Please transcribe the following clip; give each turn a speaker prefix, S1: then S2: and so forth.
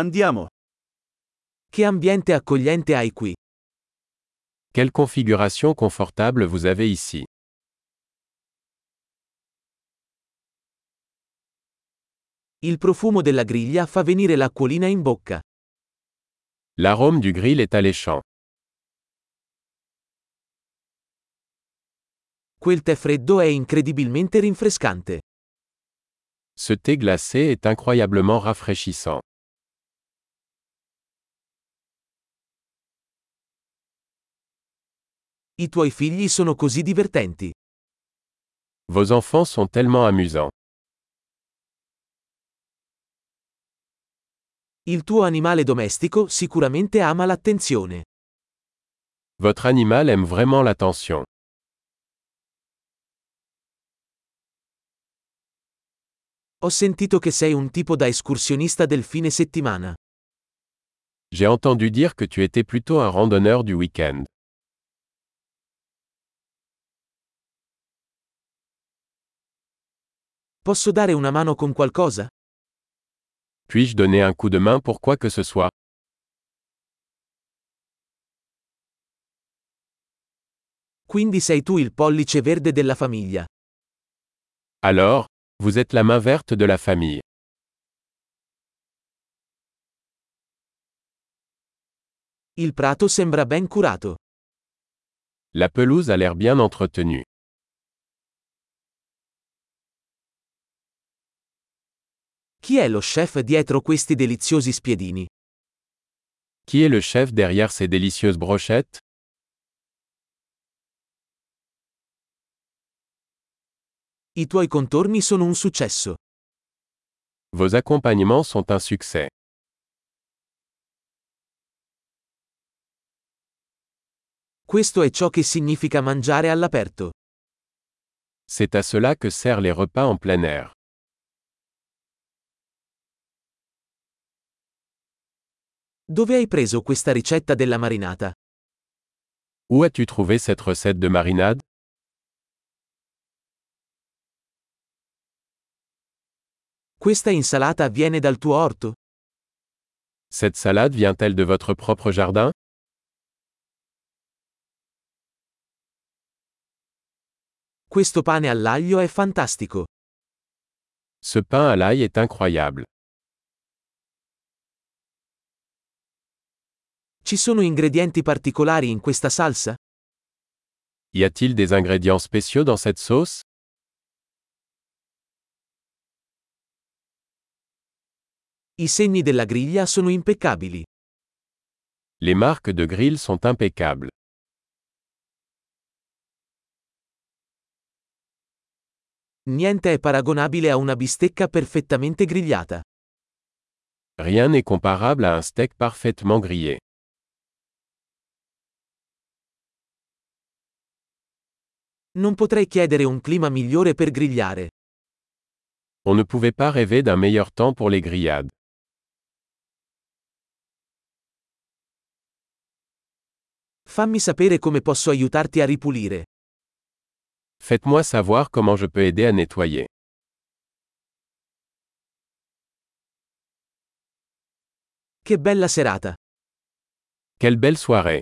S1: Andiamo. Che ambiente accogliente hai qui.
S2: Quelle configuration confortable vous avez ici.
S1: Il profumo della griglia fa venire l'acquolina in bocca.
S2: L'arôme du grill est alléchant.
S1: Quel tè freddo è incredibilmente rinfrescante.
S2: Ce thé glacé est incroyablement rafraîchissant.
S1: I tuoi figli sono così divertenti.
S2: Vos enfants sont tellement amusants.
S1: Il tuo animale domestico sicuramente ama l'attenzione.
S2: Votre animal aime vraiment l'attention.
S1: Ho sentito che sei un tipo da escursionista del fine settimana.
S2: J'ai entendu dire que tu étais plutôt un randonneur du week-end.
S1: Posso dare una mano con qualcosa?
S2: Puis-je donner un coup de main pour quoi que ce soit
S1: Quindi sei tu il pollice verde della famiglia.
S2: Alors, vous êtes la main verte de la famille.
S1: Il prato sembra ben curato.
S2: La pelouse a l'air bien entretenue.
S1: Chi è lo chef dietro questi deliziosi spiedini?
S2: Qui est le chef derrière ces délicieuses brochettes
S1: I tuoi contorni sono un successo.
S2: Vos accompagnements sont un succès.
S1: Questo è ciò che significa mangiare all'aperto.
S2: C'est à cela que servent les repas en plein air.
S1: Dove hai preso questa ricetta della marinata?
S2: Où as-tu trouvé cette recette de marinade
S1: Questa insalata viene dal tuo orto?
S2: Cette salade vient-elle de votre propre jardin
S1: Questo pane all'aglio è fantastico.
S2: Ce pain à l'ail est incroyable.
S1: Ci sono ingredienti particolari in questa salsa?
S2: Y a-t-il des ingrédients spéciaux dans cette sauce
S1: I segni della griglia sono impeccabili.
S2: Les marques de grill sont impeccables.
S1: Niente è paragonabile a una bistecca perfettamente grigliata.
S2: Rien n'est comparable à un steak parfaitement grillé.
S1: Non potrei chiedere un clima migliore per grigliare.
S2: On ne pouvait pas rêver d'un meilleur temps pour les grillades.
S1: Fammi sapere come posso aiutarti a ripulire.
S2: Faites-moi savoir comment je peux aider à nettoyer.
S1: Che bella serata!
S2: Quelle belle soirée